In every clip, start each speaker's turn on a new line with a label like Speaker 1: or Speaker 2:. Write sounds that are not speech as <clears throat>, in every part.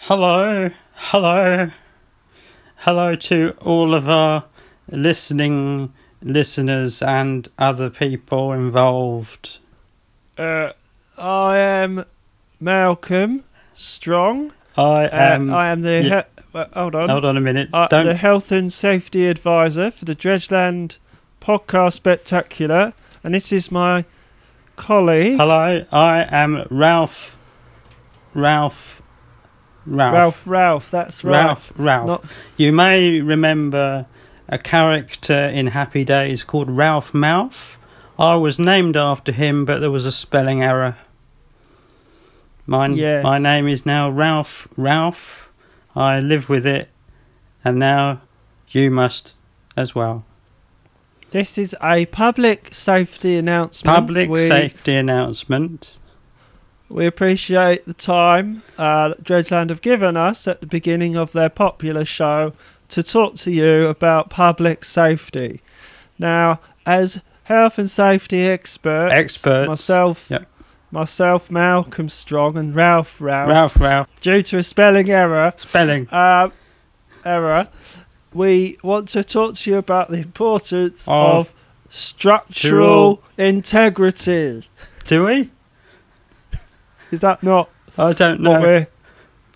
Speaker 1: Hello, hello, hello to all of our listening listeners and other people involved.
Speaker 2: Uh, I am Malcolm Strong.
Speaker 1: I
Speaker 2: Uh,
Speaker 1: am.
Speaker 2: I am the.
Speaker 1: Um, yeah.
Speaker 2: he- well, hold on.
Speaker 1: hold on a minute.
Speaker 2: I-
Speaker 1: Don't.
Speaker 2: the health and safety advisor for the Dredgeland podcast spectacular, and this is my colleague
Speaker 1: hello, I am Ralph. Ralph. Ralph.
Speaker 2: Ralph. Ralph, that's right.
Speaker 1: Ralph. Ralph.
Speaker 2: Not-
Speaker 1: You may remember a character in Happy Days called Ralph Mouth. I was named after him, but there was a spelling error. Mine,
Speaker 2: Yes.
Speaker 1: My name is now Ralph Ralph. I live with it, and now you must as well.
Speaker 2: This is a public safety announcement.
Speaker 1: Public
Speaker 2: we,
Speaker 1: safety announcement.
Speaker 2: We appreciate the time uh, that Dredgeland have given us at the beginning of their popular show to talk to you about public safety. Now, as health and safety experts,
Speaker 1: Experts,
Speaker 2: myself,
Speaker 1: yep.
Speaker 2: myself, Malcolm Strong, and Ralph, Ralph,
Speaker 1: Ralph Ralph.
Speaker 2: due to a spelling error,
Speaker 1: Spelling.
Speaker 2: uh, error, we want to talk to you about the importance
Speaker 1: Of
Speaker 2: of structural integrity.
Speaker 1: Do we?
Speaker 2: Is that not
Speaker 1: I don't know.
Speaker 2: what we're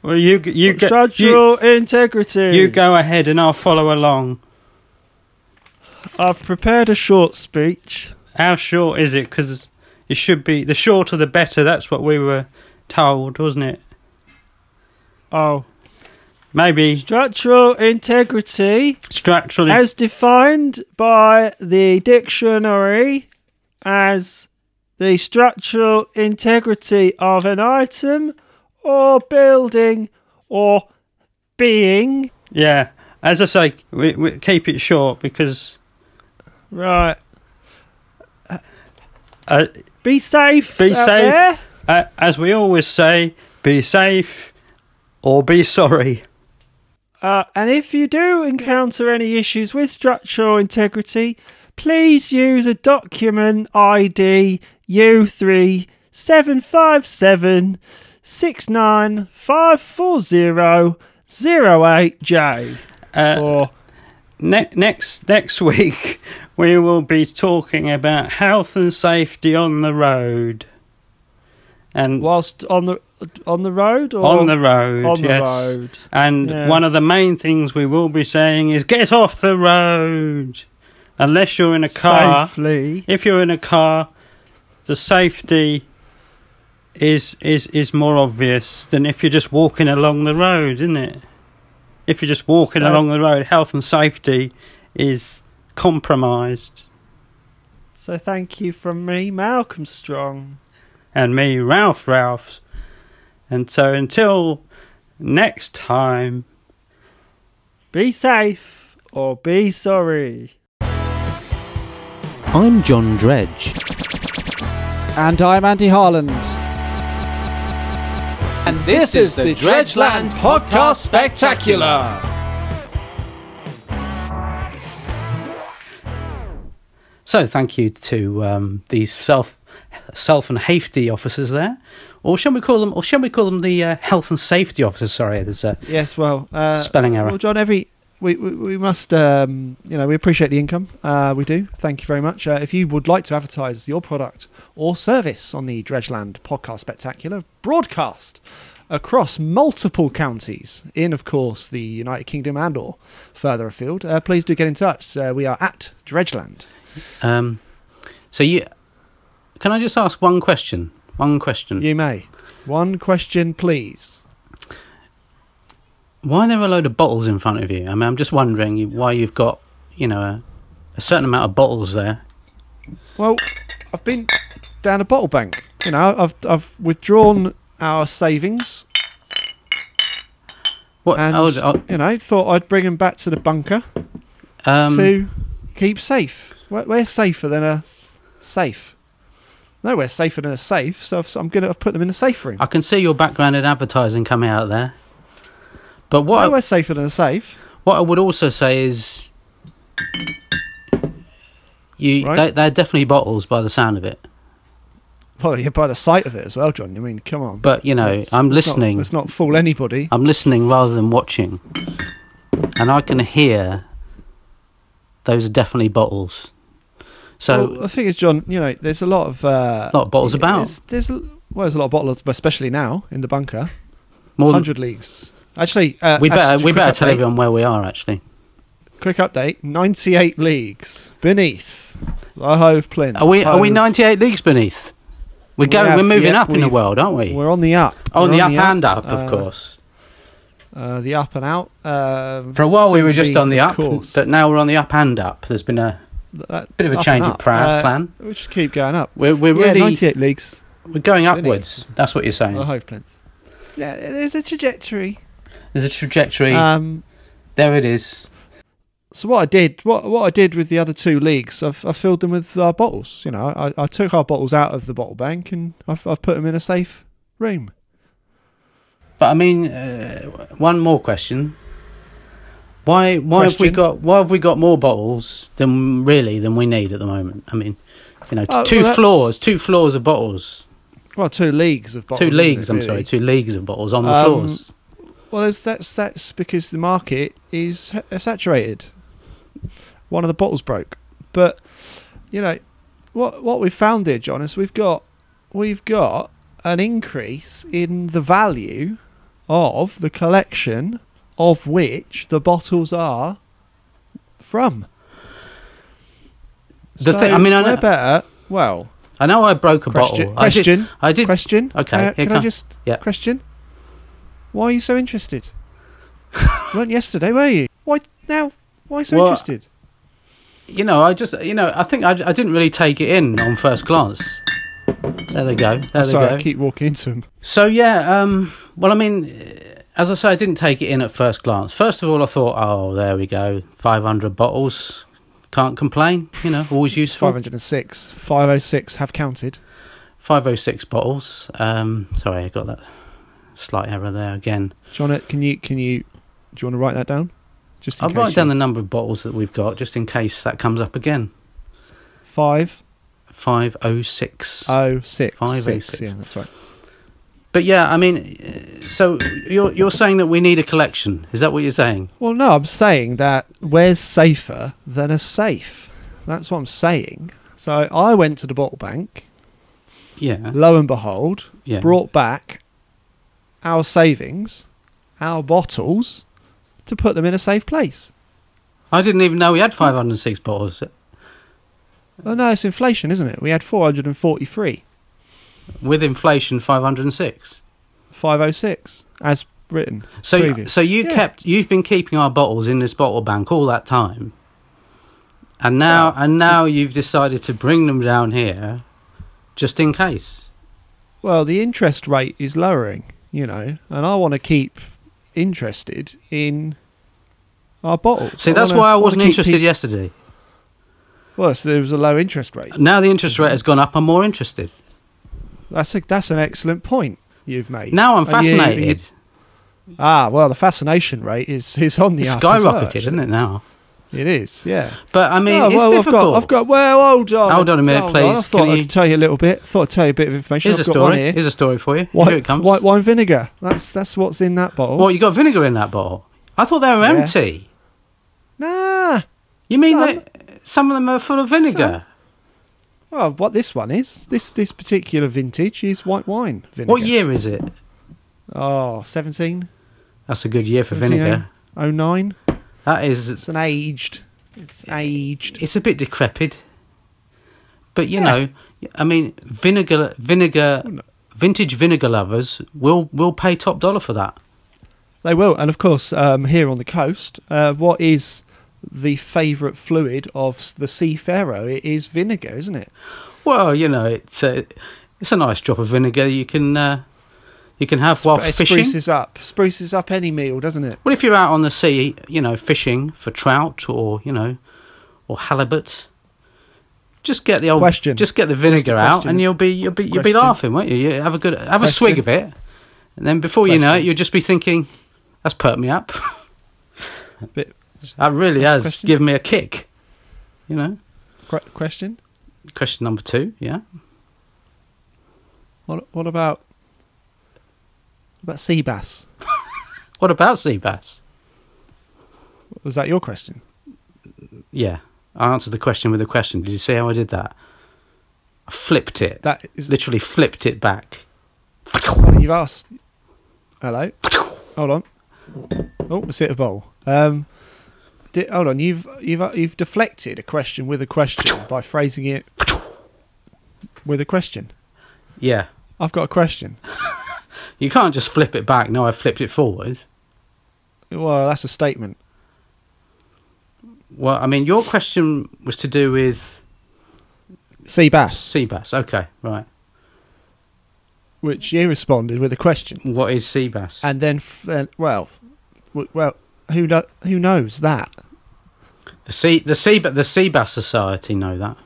Speaker 1: Well, you g- you go, you,
Speaker 2: structural integrity.
Speaker 1: you go ahead, and I'll follow along.
Speaker 2: I've prepared a short speech.
Speaker 1: How short is it? Because it should be the shorter the better. That's what we were told, wasn't it?
Speaker 2: Oh,
Speaker 1: Maybe
Speaker 2: structural integrity,
Speaker 1: structurally.
Speaker 2: as defined by the dictionary, as the structural integrity of an item or building or being.
Speaker 1: yeah. As I say, we, we keep it short because
Speaker 2: Right.
Speaker 1: uh,
Speaker 2: Be safe.
Speaker 1: Be
Speaker 2: out
Speaker 1: safe.
Speaker 2: there.
Speaker 1: uh, as we always say, be safe or be sorry.
Speaker 2: Uh, and if you do encounter any issues with structural integrity, please use a document ID U3757695408J.
Speaker 1: Uh,
Speaker 2: Or
Speaker 1: ne- next next week <laughs> we will be talking about health and safety on the road. And
Speaker 2: whilst on the on the road or
Speaker 1: on the road,
Speaker 2: on the
Speaker 1: yes.
Speaker 2: road.
Speaker 1: And
Speaker 2: Yeah.
Speaker 1: one of the main things we will be saying is get off the road. Unless you're in a car.
Speaker 2: safely.
Speaker 1: If you're in a car, the safety is is is more obvious than if you're just walking along the road, isn't it? If you're just walking
Speaker 2: Safe-
Speaker 1: along the road, health and safety is compromised.
Speaker 2: So thank you from me, Malcolm Strong.
Speaker 1: and me, Ralph Ralphs. And so until next time,
Speaker 2: Be safe or be sorry.
Speaker 3: I'm John Dredge.
Speaker 4: And I'm Andy Harland.
Speaker 3: And this is the Dredgeland Podcast Spectacular.
Speaker 5: So thank you to um, these self self and safety officers there, or shall we call them? Or shall we call them the uh, health and safety officers? Sorry, there's a
Speaker 6: Yes, well, uh,
Speaker 5: spelling error.
Speaker 6: well, John, every we, we, we must, um, you know, we appreciate the income. Uh, we do. Thank you very much. Uh, if you would like to advertise your product or service on the Dredgeland Podcast Spectacular broadcast across multiple counties in, of course, the United Kingdom and or further afield, uh, please do get in touch. Uh, we are at Dredgeland.
Speaker 5: Um, so you can I just ask one question? One question.
Speaker 6: You may. One question, please.
Speaker 5: Why are there a load of bottles in front of you? I mean, I'm just wondering you- why you've got you know a, a certain amount of bottles there.
Speaker 6: Well, I've been down a bottle bank. You know, I've I've withdrawn our savings
Speaker 5: What?
Speaker 6: and
Speaker 5: oh, oh,
Speaker 6: you know thought I'd bring him back to the bunker
Speaker 5: um,
Speaker 6: to keep safe. We're, we're safer than a safe. No, we're safer than a safe. So, I've, so I'm gonna I've put them in a safe room.
Speaker 5: I can see your background in advertising coming out there. But what?
Speaker 6: No, we're safer than a safe.
Speaker 5: What I would also say is, you
Speaker 6: Right.
Speaker 5: they, they're definitely bottles by the sound of it.
Speaker 2: Well, yeah, by the sight of it as well, John. I mean, come on.
Speaker 5: But you know,
Speaker 2: Let's-
Speaker 5: I'm
Speaker 2: let's not-
Speaker 5: listening. Um,
Speaker 2: Let's not fool anybody.
Speaker 5: I'm listening rather than watching, and I can hear those are definitely bottles. So
Speaker 2: well, the thing is, John, you know, there's a lot of uh,
Speaker 5: Lot of bottles about.
Speaker 2: There's, there's a- well, there's a lot of bottles, especially now in the bunker.
Speaker 5: more than,
Speaker 2: Hundred leagues. Actually, uh,
Speaker 5: we better
Speaker 2: actually,
Speaker 5: we
Speaker 2: quick
Speaker 5: better tell
Speaker 2: update,
Speaker 5: everyone where we are actually.
Speaker 2: Quick update: ninety-eight leagues beneath La Hove Plin.
Speaker 5: Are we are we
Speaker 2: Hove-
Speaker 5: 98 leagues beneath? We're
Speaker 2: We
Speaker 5: going.
Speaker 2: have-
Speaker 5: we're moving
Speaker 2: yeah,
Speaker 5: up in the
Speaker 2: we've-
Speaker 5: world, aren't we?
Speaker 2: We're on the up.
Speaker 5: on
Speaker 2: We're
Speaker 5: the up and up,
Speaker 2: uh,
Speaker 5: of course.
Speaker 2: Uh, the up and out. Um,
Speaker 5: For a while, we were
Speaker 2: simply,
Speaker 5: just on the
Speaker 2: of
Speaker 5: up,
Speaker 2: course.
Speaker 5: but now we're on the up and up. There's been a
Speaker 2: That-
Speaker 5: bit of a
Speaker 2: up
Speaker 5: change
Speaker 2: and
Speaker 5: of
Speaker 2: up.
Speaker 5: plan.
Speaker 2: Uh,
Speaker 5: plan.
Speaker 2: We just keep going up.
Speaker 5: We're we're
Speaker 2: yeah,
Speaker 5: really
Speaker 2: ninety-eight leagues.
Speaker 5: we're going
Speaker 2: Really? Uh-huh.
Speaker 5: upwards. That's what you're saying.
Speaker 2: La Hove Plin. Yeah, there's a trajectory.
Speaker 5: There's a trajectory.
Speaker 2: Um,
Speaker 5: there it is.
Speaker 2: so what I did, what what I did with the other two leagues, I've I filled them with our bottles. You know, I, I took our bottles out of the bottle bank and I've I've put them in a safe room.
Speaker 5: But I mean, uh, one more question. Why why have we
Speaker 2: Question?
Speaker 5: got why have we got more bottles than really than we need at the moment? I mean, you know, t-
Speaker 2: Oh,
Speaker 5: two
Speaker 2: well, that's-
Speaker 5: floors, two floors of bottles,
Speaker 2: Well, two leagues of bottles.
Speaker 5: two
Speaker 2: isn't
Speaker 5: leagues.
Speaker 2: it,
Speaker 5: I'm
Speaker 2: really?
Speaker 5: sorry, two leagues of bottles on the
Speaker 2: Um,
Speaker 5: floors.
Speaker 2: Well, that's that's that's because the market is h- saturated. One of the bottles broke, but you know what what we've found here, John, is we've got we've got an increase in the value of the collection of which the bottles are from.
Speaker 5: The thing- I mean, I
Speaker 2: we're
Speaker 5: know-
Speaker 2: better. Well,
Speaker 5: I know I broke a
Speaker 2: question,
Speaker 5: bottle. I did.
Speaker 2: question,
Speaker 5: I did.
Speaker 2: question.
Speaker 5: Okay,
Speaker 2: uh,
Speaker 5: here
Speaker 2: can I
Speaker 5: come-
Speaker 2: just
Speaker 5: yeah.
Speaker 2: question? Why are you so interested? weren't yesterday, were you? Why now? Why so
Speaker 5: Well,
Speaker 2: interested?
Speaker 5: You know, I just. You know, I think I, I didn't really take it in on first glance. There they go. There they
Speaker 2: Sorry,
Speaker 5: go.
Speaker 2: I keep walking into him.
Speaker 5: So yeah, um, well, I mean, as I say, I didn't take it in at first glance. First of all, I thought, oh, there we go, five hundred bottles, can't complain. You know, always
Speaker 2: Five
Speaker 5: useful.
Speaker 2: hundred and six, five oh six have counted.
Speaker 5: Five oh six bottles. Um, sorry, I got that slight error there again.
Speaker 2: John, can you can you do you want to write that down? Just in
Speaker 5: I'll
Speaker 2: case
Speaker 5: write down
Speaker 2: you-
Speaker 5: the number of bottles that we've got just in case that comes up again.
Speaker 2: five
Speaker 5: Five oh six.
Speaker 2: oh six.
Speaker 5: Five oh
Speaker 2: six,
Speaker 5: six.
Speaker 2: Yeah, that's right.
Speaker 5: But yeah, I mean, uh, so you're you're saying that we need a collection? Is that what you're saying?
Speaker 2: Well, no, I'm saying that where's safer than a safe? That's what I'm saying. So I went to the bottle bank.
Speaker 5: Yeah.
Speaker 2: Lo and behold,
Speaker 5: Yeah.
Speaker 2: brought back our savings, our bottles, to put them in a safe place.
Speaker 5: I didn't even know we had five hundred six bottles.
Speaker 2: Oh no, it's inflation, isn't it? We had 443,
Speaker 5: with inflation 506
Speaker 2: 506, as written.
Speaker 5: so
Speaker 2: Previous.
Speaker 5: so you
Speaker 2: Yeah.
Speaker 5: kept you've been keeping our bottles in this bottle bank all that time and now and now you've decided to bring them down here just in case
Speaker 2: Well, the interest rate is lowering, you know, and I want to keep interested in our bottles.
Speaker 5: see that's why i wasn't interested
Speaker 2: yet.
Speaker 5: yesterday
Speaker 2: Well, so there was a low interest rate.
Speaker 5: now the interest rate has gone up i'm more interested
Speaker 2: Oh, That's a, that's an excellent point you've made.
Speaker 5: now i'm
Speaker 2: And you-
Speaker 5: fascinated
Speaker 2: you- ah, well, the fascination rate is is on the
Speaker 5: it's
Speaker 2: up as well,
Speaker 5: skyrocketed isn't it now
Speaker 2: actually. It is, yeah.
Speaker 5: but i mean
Speaker 2: Oh,
Speaker 5: it's
Speaker 2: well,
Speaker 5: difficult
Speaker 2: I've got, I've got. Well, hold on.
Speaker 5: Hold on a minute,
Speaker 2: on. I
Speaker 5: please.
Speaker 2: thought
Speaker 5: Can
Speaker 2: I
Speaker 5: you-
Speaker 2: could tell you a little bit. Thought I'd tell you a bit of information.
Speaker 5: here's
Speaker 2: I've
Speaker 5: a
Speaker 2: got One
Speaker 5: story
Speaker 2: here.
Speaker 5: here's a story for you
Speaker 2: white,
Speaker 5: here it comes
Speaker 2: White wine vinegar. That's that's what's in that bottle.
Speaker 5: well you got vinegar in that bottle i thought they were
Speaker 2: Yeah.
Speaker 5: empty
Speaker 2: Nah.
Speaker 5: you mean
Speaker 2: Some.
Speaker 5: that some of them are full of vinegar
Speaker 2: Well, what this one is? This this particular vintage is white wine vinegar.
Speaker 5: what year is it
Speaker 2: Oh, 17,
Speaker 5: That's a good year for
Speaker 2: 17,
Speaker 5: vinegar.
Speaker 2: 09.
Speaker 5: That is,
Speaker 2: It's an aged. It's aged.
Speaker 5: it's a bit decrepit, but you
Speaker 2: Yeah.
Speaker 5: know, I mean, vinegar, vinegar, vintage vinegar lovers will will pay top dollar for that.
Speaker 2: They will, and of course, um, here on the coast, uh, what is the favourite fluid of s- the seafarer? It is vinegar, isn't it?
Speaker 5: Well, you know, it's a it's a nice drop of vinegar you can uh, you can have while
Speaker 2: But it
Speaker 5: fishing.
Speaker 2: spruces up, spruces up any meal, doesn't it?
Speaker 5: Well, if you're out on the sea, you know, fishing for trout or you know, or halibut, just get the old
Speaker 2: Question.
Speaker 5: Just get the vinegar out,
Speaker 2: question.
Speaker 5: and you'll be you'll be you'll be
Speaker 2: Question.
Speaker 5: laughing, won't you? you have a good have a
Speaker 2: Question.
Speaker 5: swig of it, and then before you know it,
Speaker 2: Question.
Speaker 5: you'll just be thinking, "That's perked me up.
Speaker 2: <laughs> Bit-
Speaker 5: that really has
Speaker 2: Question.
Speaker 5: given me a kick." You know,
Speaker 2: Qu- question.
Speaker 5: question number two. Yeah,
Speaker 2: What What about what about sea bass?
Speaker 5: What about sea bass?
Speaker 2: Was that your question?
Speaker 5: Yeah, I answered the question with a question. Did you see how I did that? I flipped it.
Speaker 2: That is
Speaker 5: Literally flipped it back.
Speaker 2: what you've asked. Hello. Hold on. Oh, let's hit a bowl. Um, di- hold on. You've you've you've deflected a question with a question by phrasing it with a question.
Speaker 5: Yeah,
Speaker 2: I've got a question.
Speaker 5: you can't just flip it back. No, I flipped it forward.
Speaker 2: Well, that's a statement.
Speaker 5: Well, I mean, your question was to do with
Speaker 2: Sea bass,
Speaker 5: sea bass. Okay, right.
Speaker 2: which you responded with a question.
Speaker 5: What is sea bass?
Speaker 2: and then f- uh, well, w- well, who kno- who knows that?
Speaker 5: the sea, the sea, but the sea bass society know that.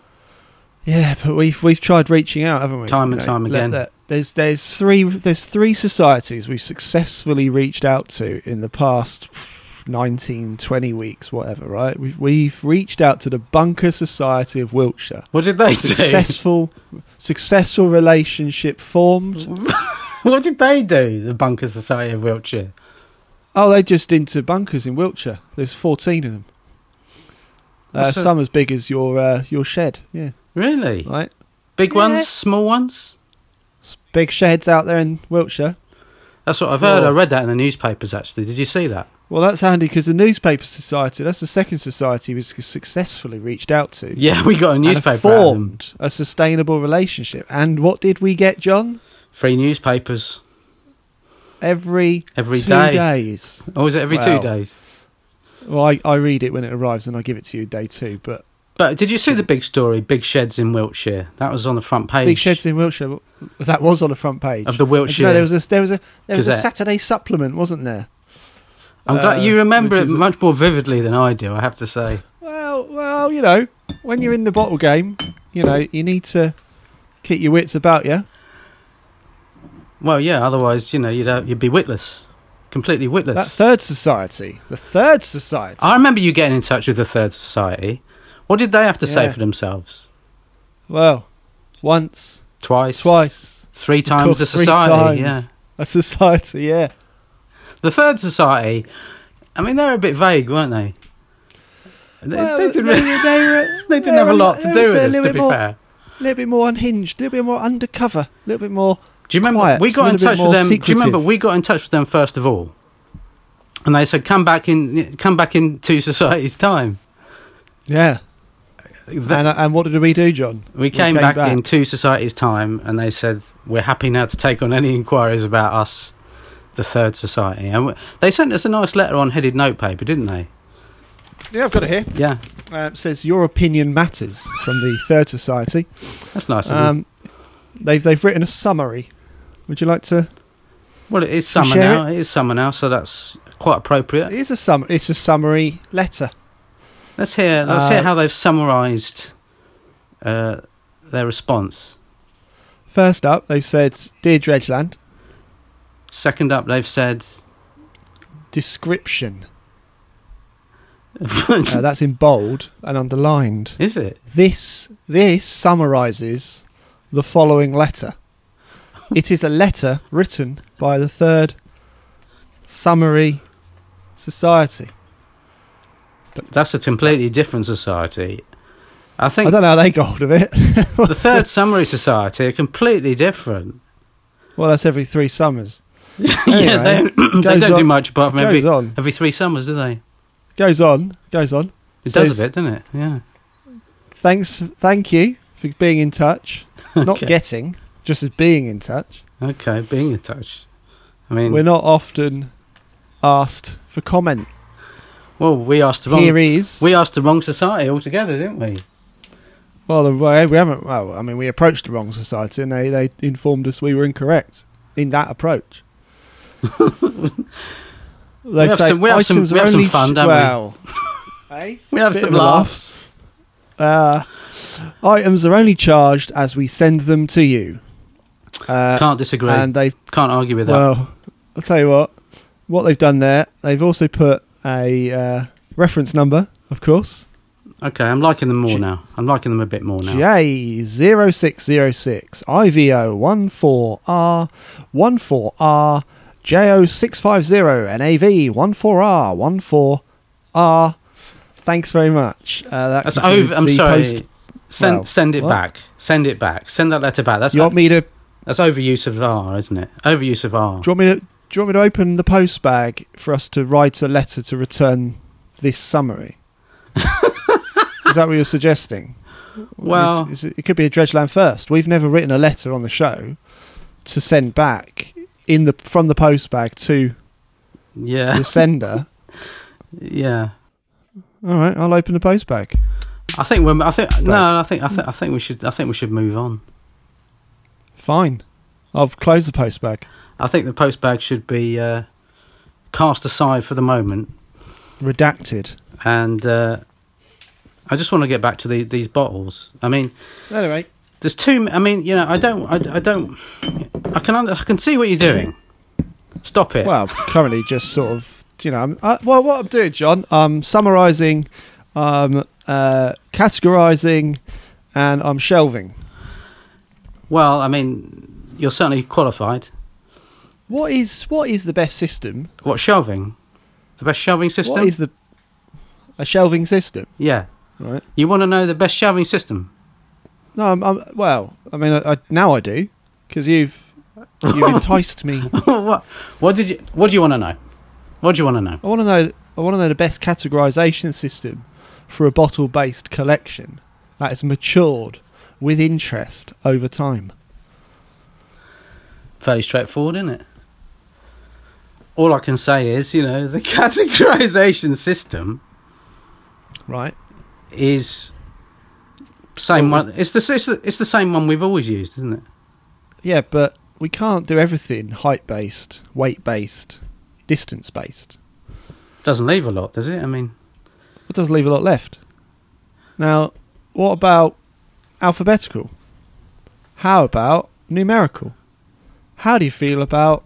Speaker 2: Yeah, but we've we've tried reaching out, haven't we?
Speaker 5: Time and time
Speaker 2: let-
Speaker 5: again.
Speaker 2: let- there's there's three there's three societies we've successfully reached out to in the past 19, 20 weeks, whatever. Right? We've we've reached out to the Bunker Society of Wiltshire.
Speaker 5: What did they do?
Speaker 2: Successful successful relationship formed.
Speaker 5: <laughs> What did they do? The Bunker Society of Wiltshire.
Speaker 2: Oh, they're just into bunkers in Wiltshire. There's 14 of them. Uh,
Speaker 5: That's a-
Speaker 2: some as big as your uh, your shed. Yeah.
Speaker 5: Really?
Speaker 2: Right.
Speaker 5: Big
Speaker 2: Yeah.
Speaker 5: ones, small ones.
Speaker 2: S- Big sheds out there in Wiltshire.
Speaker 5: That's what I've heard.
Speaker 2: Sure.
Speaker 5: I read that in the newspapers. Actually, did you see that?
Speaker 2: Well, that's handy because the newspaper society, that's the second society we s- successfully reached out to.
Speaker 5: Yeah, <laughs> we got a
Speaker 2: and have
Speaker 5: newspaper. out of them.
Speaker 2: formed a sustainable relationship. And what did we get, John?
Speaker 5: Free newspapers.
Speaker 2: Every,
Speaker 5: Every
Speaker 2: two
Speaker 5: day.
Speaker 2: days.
Speaker 5: Or is it every
Speaker 2: Wow.
Speaker 5: two days?
Speaker 2: Well, I, I read it when it arrives and I give it to you day two. But
Speaker 5: But did you see the big story? Big sheds in Wiltshire. That was on the front page.
Speaker 2: Hmm. Big Sheds in Wiltshire, w- that was on the front page.
Speaker 5: of the
Speaker 2: And
Speaker 5: Wiltshire.
Speaker 2: you know, there was a there was a there was a
Speaker 5: Gazette.
Speaker 2: Saturday supplement, wasn't there?
Speaker 5: I'm glad
Speaker 2: uh,
Speaker 5: you remember
Speaker 2: which
Speaker 5: it
Speaker 2: is a-
Speaker 5: much more vividly than I do. I have to say.
Speaker 2: Well, well, you know, when you're in the bottle game, you know, you need to keep your wits about you.
Speaker 5: Well, yeah. Otherwise, you know, you'd uh, you'd be witless, completely witless.
Speaker 2: That third society, the third society.
Speaker 5: I remember you getting in touch with the Third Society. What did they have to say
Speaker 2: Yeah.
Speaker 5: for themselves?
Speaker 2: well, once,
Speaker 5: Twice,
Speaker 2: twice,
Speaker 5: three
Speaker 2: of
Speaker 5: times the
Speaker 2: course, three
Speaker 5: society. Yeah,
Speaker 2: times. a society. Yeah,
Speaker 5: the Third Society. I mean, they were a bit vague, weren't they? They,
Speaker 2: Well,
Speaker 5: they didn't, really-
Speaker 2: they were
Speaker 5: they didn't
Speaker 2: they
Speaker 5: have a
Speaker 2: were-
Speaker 5: lot to
Speaker 2: they
Speaker 5: do
Speaker 2: was
Speaker 5: with
Speaker 2: a
Speaker 5: us,
Speaker 2: little
Speaker 5: to
Speaker 2: bit
Speaker 5: be
Speaker 2: more-
Speaker 5: fair.
Speaker 2: a little bit more unhinged, a little bit more undercover, a little bit more.
Speaker 5: Do you remember
Speaker 2: quiet,
Speaker 5: we
Speaker 2: a
Speaker 5: got in
Speaker 2: little bit
Speaker 5: touch with
Speaker 2: more
Speaker 5: them? Do you
Speaker 2: secretive.
Speaker 5: remember we got in touch with them first of all, and they said, "Come back in, come back into society's time."
Speaker 2: Yeah,
Speaker 5: Th-
Speaker 2: and and what did we do, John?
Speaker 5: We came, back, in two societies' time, and they said we're happy now to take on any inquiries about us, the third society. And w- they sent us a nice letter on headed notepaper, didn't they?
Speaker 2: Yeah, I've got it here.
Speaker 5: Yeah,
Speaker 2: Uh, it says your opinion matters from the third society.
Speaker 5: that's nice. of them.
Speaker 2: Um, they've they've written a summary. Would you like to?
Speaker 5: well, it is summer
Speaker 2: share
Speaker 5: now. It is summer now, so that's quite
Speaker 2: It
Speaker 5: appropriate.
Speaker 2: is a sum. It's a summary letter.
Speaker 5: Let's hear. Let's
Speaker 2: Uh,
Speaker 5: hear how they've summarised uh, their response.
Speaker 2: First up, they've said, "Dear Dredgeland,
Speaker 5: Second up, they've said. <laughs>
Speaker 2: description." Uh, that's in bold and underlined.
Speaker 5: is it?
Speaker 2: This this summarizes the following letter. It is a letter written by the third summary society.
Speaker 5: That's a completely different society. I
Speaker 2: I
Speaker 5: think
Speaker 2: don't know how they got hold of it.
Speaker 5: <laughs> the third summary society are completely different.
Speaker 2: <laughs> well, that's every three summers.
Speaker 5: yeah, they,
Speaker 2: Anyway,
Speaker 5: <clears throat> they
Speaker 2: goes
Speaker 5: don't do
Speaker 2: on-
Speaker 5: much apart from
Speaker 2: goes
Speaker 5: every,
Speaker 2: on,
Speaker 5: every three summers, do they?
Speaker 2: goes on, goes on.
Speaker 5: It
Speaker 2: Says-
Speaker 5: does a bit, doesn't it? Yeah.
Speaker 2: thanks thank you for being in touch not
Speaker 5: <laughs> Okay.
Speaker 2: getting just as being in touch
Speaker 5: Okay, being in touch. I mean,
Speaker 2: we're not often asked for comment
Speaker 5: well, we asked the wrong.
Speaker 2: here is
Speaker 5: we asked the wrong society altogether, didn't we?
Speaker 2: well we we haven't well i mean we approached the wrong society and they, they informed us we were incorrect in that
Speaker 5: <laughs>
Speaker 2: approach they
Speaker 5: have some- we have some-
Speaker 2: items
Speaker 5: we
Speaker 2: are
Speaker 5: have some
Speaker 2: only
Speaker 5: fun,
Speaker 2: sh-
Speaker 5: don't we?
Speaker 2: well,
Speaker 5: <laughs>
Speaker 2: eh?
Speaker 5: We have
Speaker 2: Bit
Speaker 5: some
Speaker 2: of a laugh.
Speaker 5: laughs.
Speaker 2: Uh, items are only charged as we send them to you uh,
Speaker 5: Can't disagree.
Speaker 2: and they
Speaker 5: Can't argue with that.
Speaker 2: Well, I'll tell you what. What they've done there, they've also put a uh, reference number, of course,
Speaker 5: Okay, I'm liking them more
Speaker 2: J-
Speaker 5: now. I'm liking them a bit more now.
Speaker 2: J0606, IVO14R, 14R, JO650, and AV14R, 14R. Thanks very much. Uh, that
Speaker 5: That's
Speaker 2: concludes
Speaker 5: over. I'm
Speaker 2: the
Speaker 5: sorry.
Speaker 2: post-
Speaker 5: send
Speaker 2: well,
Speaker 5: send it
Speaker 2: what?
Speaker 5: back. Send it back. Send that letter back. That's
Speaker 2: you want me to? Do
Speaker 5: that's overuse of R, isn't it? Overuse of R.
Speaker 2: you want me to? Do you want me to open the post bag for us to write a letter to return this summary? Is that what you're suggesting?
Speaker 5: Well,
Speaker 2: Is- is it, it could be a Dredgeland first. We've never written a letter on the show to send back in the from the post bag to
Speaker 5: yeah,
Speaker 2: the sender.
Speaker 5: yeah.
Speaker 2: All right, I'll open the post bag.
Speaker 5: I think we're. I think no. I think. I think. I think we should. I think we should move on.
Speaker 2: Fine, I'll close the post bag.
Speaker 5: I think the post bag should be uh, cast aside for the moment,
Speaker 2: Redacted.
Speaker 5: and uh, I just want to get back to the, these bottles. I mean,
Speaker 2: Anyway,
Speaker 5: there's two. I mean, you know, I don't. I, I don't. I can. Under, I can see what you're doing. Stop it.
Speaker 2: Well, currently just sort of, you know, I'm, uh, well, what I'm doing, John, I'm summarising, um, uh, categorising, and I'm shelving.
Speaker 5: Well, I mean, you're certainly qualified.
Speaker 2: What is what is the best system?
Speaker 5: What shelving? The best shelving system?
Speaker 2: What is the a shelving system?
Speaker 5: yeah.
Speaker 2: Right.
Speaker 5: You want to know the best shelving system?
Speaker 2: No, I'm, I'm well. I mean, I, I, now I do because you've
Speaker 5: <laughs>
Speaker 2: you've enticed me.
Speaker 5: what? What did you? What do you want to know? What do you want to know?
Speaker 2: I want to know. I want to know the best categorisation system for a bottle-based collection that is matured with interest over time.
Speaker 5: Fairly straightforward, isn't it? All I can say is, you know, the <laughs> categorization system
Speaker 2: Right.
Speaker 5: is same one. It's the it's the, it's the same one we've always used, isn't it?
Speaker 2: Yeah, but we can't do everything height based, weight based, distance based.
Speaker 5: Doesn't leave a lot, does it? I mean,
Speaker 2: It does leave a lot left. Now, what about alphabetical? How about numerical? How do you feel about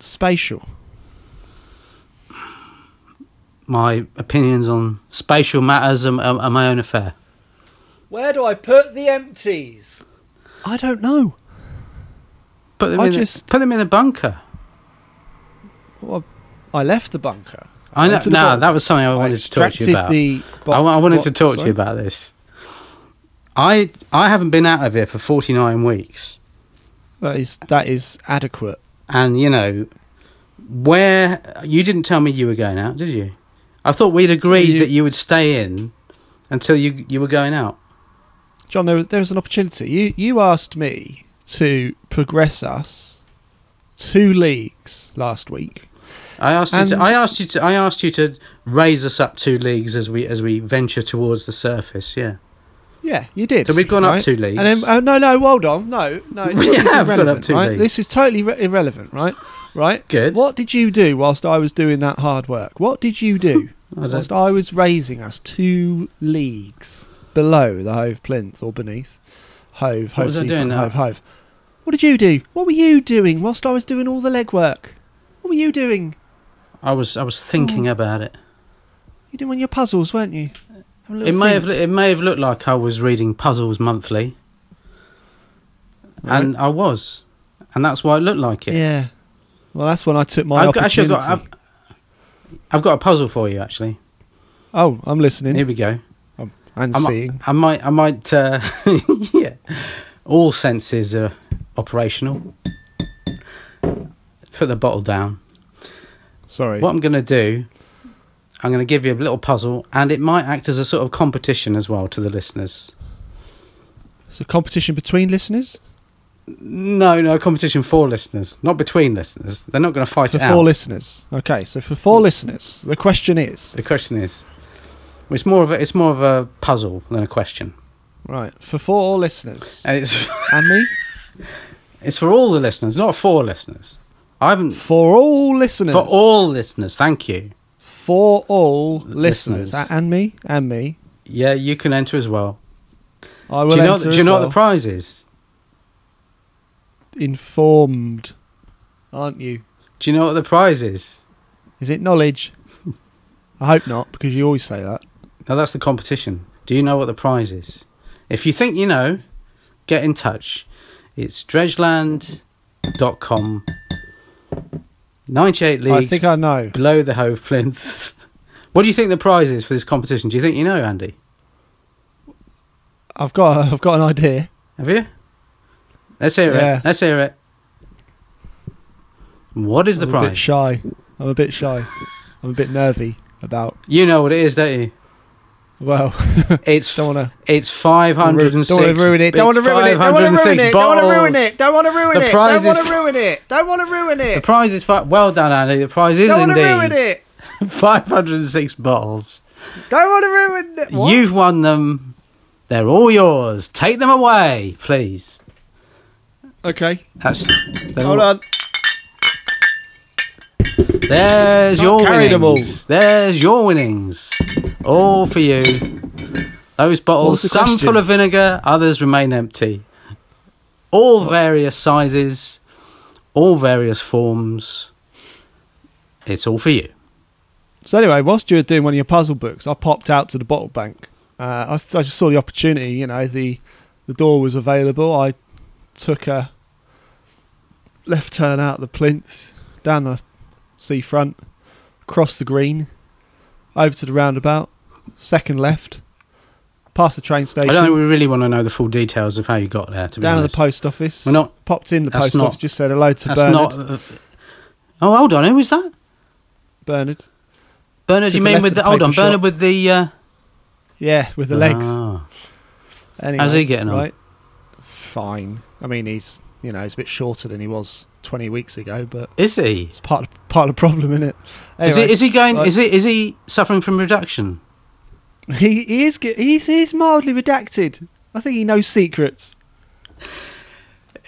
Speaker 2: spatial?
Speaker 5: my opinions on spatial matters are, are, are my own affair.
Speaker 7: Where do I put the empties?
Speaker 2: I don't know.
Speaker 5: Put them
Speaker 2: I
Speaker 5: in
Speaker 2: just-
Speaker 5: the, put them in the bunker.
Speaker 2: Well, I left the bunker.
Speaker 5: I know.
Speaker 2: Onto the
Speaker 5: No,
Speaker 2: bottom.
Speaker 5: that was something I wanted to talk to you
Speaker 2: extracted
Speaker 5: about.
Speaker 2: the bo-
Speaker 5: I, wa- I wanted
Speaker 2: what-
Speaker 5: to talk to
Speaker 2: sorry?
Speaker 5: you about this. I I haven't been out of here for forty nine weeks,
Speaker 2: That is that is adequate.
Speaker 5: and you know where you didn't tell me you were going out, did you? I thought we'd agreed
Speaker 2: You-
Speaker 5: that you would stay in until you you were going out.
Speaker 2: John, there was, there was an opportunity. You you asked me to progress us two leagues last week.
Speaker 5: I asked you. to,
Speaker 2: And-
Speaker 5: I asked you to. I asked you to raise us up two leagues as we as we venture towards the surface. Yeah.
Speaker 2: Yeah, you did.
Speaker 5: So we've gone up two leagues.
Speaker 2: And then, oh, no, no, hold on, no,
Speaker 5: <laughs>
Speaker 2: no,
Speaker 5: We
Speaker 2: this is
Speaker 5: have gone up
Speaker 2: irrelevant,
Speaker 5: two
Speaker 2: right?
Speaker 5: leagues.
Speaker 2: This is totally re- irrelevant,
Speaker 5: <laughs>
Speaker 2: right? Right.
Speaker 5: Good.
Speaker 2: What did you do whilst I was doing that hard work? What did you do
Speaker 5: I don't-
Speaker 2: whilst I was raising us two leagues below the Hove plinth or beneath Hove? Hove
Speaker 5: was I
Speaker 2: seafront,
Speaker 5: doing now?
Speaker 2: Hove, Hove. What did you do? What were you doing whilst I was doing all the legwork? What were you doing?
Speaker 5: I was I was thinking about it.
Speaker 2: You doing your puzzles, weren't you? Have a
Speaker 5: It
Speaker 2: little
Speaker 5: may
Speaker 2: think.
Speaker 5: have it may have looked like I was reading puzzles monthly, and I was, and that's why it looked like it.
Speaker 2: Yeah. Well, that's when I took my
Speaker 5: I've got,
Speaker 2: opportunity.
Speaker 5: actually I've got I've, I've got a puzzle for you. Actually,
Speaker 2: oh, I'm listening
Speaker 5: here we go.
Speaker 2: and
Speaker 5: I might,
Speaker 2: seeing.
Speaker 5: I might I might uh, <laughs> yeah. All senses are operational. Put the bottle down.
Speaker 2: Sorry.
Speaker 5: What I'm going to do, I'm going to give you a little puzzle, and it might act as a sort of competition as well to the listeners.
Speaker 2: It's a competition between listeners.
Speaker 5: No, no competition for listeners, not between listeners. They're not going to fight
Speaker 2: For
Speaker 5: it out.
Speaker 2: four listeners. Okay, so for four listeners, the question is
Speaker 5: the question is, well, it's more of a it's more of a puzzle than a question,
Speaker 2: right for four listeners
Speaker 5: and it's <laughs>
Speaker 2: and me
Speaker 5: it's for all the listeners, not for listeners. I haven't
Speaker 2: for all listeners
Speaker 5: for all listeners. Thank you.
Speaker 2: for all listeners,
Speaker 5: Listeners.
Speaker 2: A- and me and me.
Speaker 5: Yeah, you can enter as well.
Speaker 2: I will
Speaker 5: do you know?
Speaker 2: enter
Speaker 5: Do
Speaker 2: as
Speaker 5: you know
Speaker 2: well.
Speaker 5: what the prize is?
Speaker 2: informed, aren't you?
Speaker 5: Do you know what the prize is? <laughs>
Speaker 2: Is it knowledge? I hope not, because you always say that.
Speaker 5: Now that's the competition. Do you know what the prize is? If you think you know, get in touch. It's dredgeland.com. 98
Speaker 2: I
Speaker 5: leagues
Speaker 2: think I know.
Speaker 5: below the Hove Plinth. <laughs> what do you think the prize is for this competition? Do you think you know, Andy?
Speaker 2: I've got. <laughs> I've got an idea.
Speaker 5: Have you? Let's hear
Speaker 2: Yeah.
Speaker 5: it. Let's hear it. What is the
Speaker 2: I'm a bit
Speaker 5: prize?
Speaker 2: shy. I'm a bit shy. I'm a bit nervy about.
Speaker 5: you know what it is, don't you?
Speaker 2: Well, <laughs>
Speaker 5: It's
Speaker 2: don't want to.
Speaker 5: It's 506.
Speaker 2: Don't want to ruin it. Don't want to
Speaker 5: it's
Speaker 2: ruin it. Don't want to ruin
Speaker 5: 506
Speaker 2: it. Don't want to ruin it. Don't want
Speaker 5: bottles.
Speaker 2: to ruin
Speaker 5: The
Speaker 2: it.
Speaker 5: prize
Speaker 2: Don't want
Speaker 5: is-
Speaker 2: to ruin it. Don't want to ruin
Speaker 5: The
Speaker 2: it.
Speaker 5: prize is fi- well done, Andy. The prize is
Speaker 2: Don't want to ruin
Speaker 5: indeed
Speaker 2: it.
Speaker 5: <laughs> 506 bottles.
Speaker 2: Don't want to ruin it. What?
Speaker 5: You've won them. They're all yours. Take them away, please.
Speaker 2: Okay.
Speaker 5: That's they're
Speaker 2: Hold
Speaker 5: all-
Speaker 2: on.
Speaker 5: There's
Speaker 2: Can't
Speaker 5: your
Speaker 2: carry them all.
Speaker 5: winnings. There's your winnings. All for you. Those
Speaker 2: was
Speaker 5: bottles,
Speaker 2: the
Speaker 5: some
Speaker 2: question?
Speaker 5: full of vinegar, others remain empty. All various sizes, all various forms. It's all for you.
Speaker 2: So anyway, whilst you were doing one of your puzzle books, I popped out to the bottle bank. Uh, I, s- I just saw the opportunity. You know, the the door was available. I took a left turn out the plinth, down the seafront, across the green, over to the roundabout, second left, past the train
Speaker 5: I
Speaker 2: station,
Speaker 5: don't think we really want to know the full details of how you got there. To be
Speaker 2: down to the
Speaker 5: honest.
Speaker 2: post office.
Speaker 5: We're not.
Speaker 2: popped in the
Speaker 5: That's
Speaker 2: post
Speaker 5: not-
Speaker 2: office, just said hello to
Speaker 5: That's
Speaker 2: Bernard.
Speaker 5: not. uh, oh, hold on. Who was that?
Speaker 2: Bernard,
Speaker 5: Bernard,
Speaker 2: Took
Speaker 5: you
Speaker 2: a
Speaker 5: mean
Speaker 2: left
Speaker 5: with
Speaker 2: at
Speaker 5: the,
Speaker 2: the
Speaker 5: hold
Speaker 2: paper
Speaker 5: on,
Speaker 2: shop.
Speaker 5: Bernard with the uh,
Speaker 2: yeah, with the legs.
Speaker 5: Ah.
Speaker 2: Anyway,
Speaker 5: How's he getting on?
Speaker 2: Right, fine. I mean, he's you know he's a bit shorter than he was 20 weeks ago, but
Speaker 5: Is he?
Speaker 2: it's part of, part of the problem, isn't it?
Speaker 5: is he? Is he going?
Speaker 2: right.
Speaker 5: Is he? Is he suffering from reduction?
Speaker 2: he, he is ge- he's he's mildly redacted. I think he knows secrets.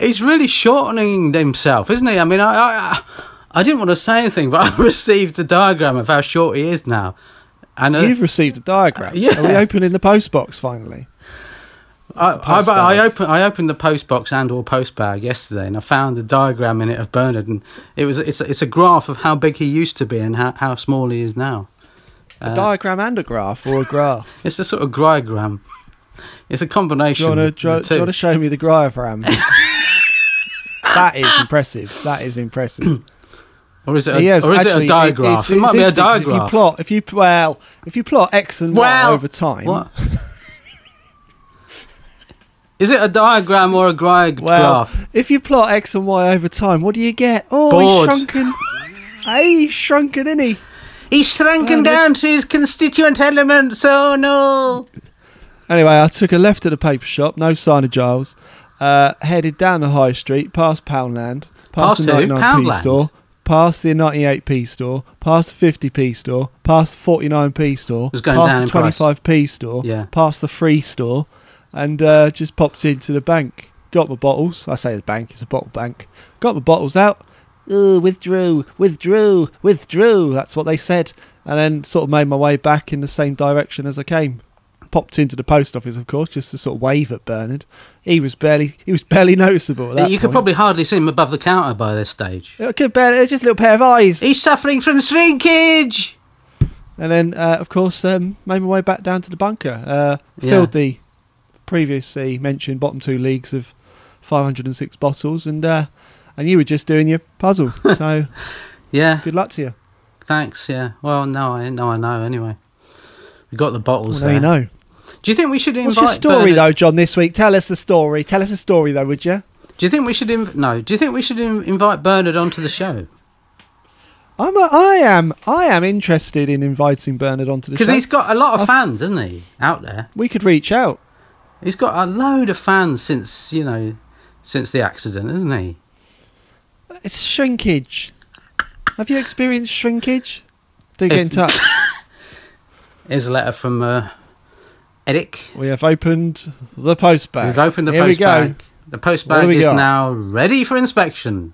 Speaker 5: He's really shortening himself, isn't he? I mean, I, I, I didn't want to say anything, but <laughs> I received a diagram of how short he is now, and uh,
Speaker 2: You've received a diagram.
Speaker 5: uh, yeah.
Speaker 2: Are we opening the post box finally?
Speaker 5: I,
Speaker 2: the
Speaker 5: I,
Speaker 2: post
Speaker 5: but I
Speaker 2: bag.
Speaker 5: opened I opened the post box and or post bag yesterday, and I found a diagram in it of Bernard, and it was it's it's a graph of how big he used to be and how, how small he is now.
Speaker 2: A
Speaker 5: <laughs> Uh,
Speaker 2: diagram and a graph, or a graph.
Speaker 5: <laughs> It's a sort of diagram. It's a combination.
Speaker 2: Do you want to
Speaker 5: of the two.
Speaker 2: do you wanna show me the diagram?
Speaker 5: <laughs>
Speaker 2: that is impressive. That is impressive.
Speaker 5: <coughs> Or is it a,
Speaker 2: Yes,
Speaker 5: or is
Speaker 2: actually,
Speaker 5: it a digraph?
Speaker 2: it's-
Speaker 5: it
Speaker 2: it's
Speaker 5: might be a
Speaker 2: interesting 'cause If
Speaker 5: digraph.
Speaker 2: you plot, if you well, if you plot x and
Speaker 5: Well,
Speaker 2: y over time,
Speaker 5: What? <laughs> Is it a diagram or a gri-
Speaker 2: well,
Speaker 5: graph?
Speaker 2: if you plot x and y over time, what do you get? Oh,
Speaker 5: Bored.
Speaker 2: he's shrunken. hey, he's shrunken, isn't he?
Speaker 5: He's shrinking down to his constituent elements. Oh no!
Speaker 2: Anyway, I took a left at the paper shop. No sign of Giles. Uh, headed down the high street, past Poundland,
Speaker 5: Past
Speaker 2: past, the
Speaker 5: who?
Speaker 2: 99p
Speaker 5: Poundland?
Speaker 2: store, past the 98p store, past the 50p store, past the 49p store,
Speaker 5: was going down in
Speaker 2: past the
Speaker 5: price.
Speaker 2: 25p store,
Speaker 5: Yeah.
Speaker 2: past the free store, and uh, just popped into the bank. Got my bottles. I say the bank, it's a bottle bank. Got my bottles out. Ooh, withdrew, withdrew, withdrew. That's what they said. And then sort of made my way back in the same direction as I came. Popped into the post office, of course, just to sort of wave at Bernard. He was barely, <laughs> he was barely noticeable. At that
Speaker 5: You could
Speaker 2: point.
Speaker 5: probably hardly see him above the counter by this stage.
Speaker 2: I could barely. It was just a little pair of eyes.
Speaker 5: He's suffering from shrinkage.
Speaker 2: And then, uh, of course, um, made my way back down to the bunker. Uh,
Speaker 5: Yeah.
Speaker 2: Filled the previously mentioned bottom two leagues of 506 bottles, and uh, and you were just doing your
Speaker 5: <laughs>
Speaker 2: puzzle. so
Speaker 5: Yeah,
Speaker 2: good luck to you.
Speaker 5: thanks. Yeah. Well, no, I no, I know. Anyway, we got the bottles
Speaker 2: Well, now
Speaker 5: there.
Speaker 2: you know.
Speaker 5: Do you think we should invite
Speaker 2: What's your story,
Speaker 5: Bernard-
Speaker 2: though, John? This week, tell us the story. Tell us the story, though, would you?
Speaker 5: Do you think we should inv- no? Do you think we should in- invite Bernard onto the show
Speaker 2: I'm. A, I am. I am interested in inviting Bernard onto the
Speaker 5: because
Speaker 2: show.
Speaker 5: he's got a lot
Speaker 2: I-
Speaker 5: of fans, isn't he? Out there,
Speaker 2: we could reach out.
Speaker 5: he's got a load of fans since you know since the accident, isn't he?
Speaker 2: It's shrinkage. Have you experienced shrinkage? Do get
Speaker 5: If-
Speaker 2: in
Speaker 5: <laughs>
Speaker 2: touch.
Speaker 5: Here's a letter from uh, Eric.
Speaker 2: we have opened the post bag.
Speaker 5: We've opened the
Speaker 2: Here
Speaker 5: post
Speaker 2: we go.
Speaker 5: bag. The post
Speaker 2: What do
Speaker 5: bag
Speaker 2: we
Speaker 5: is
Speaker 2: got?
Speaker 5: now ready for inspection.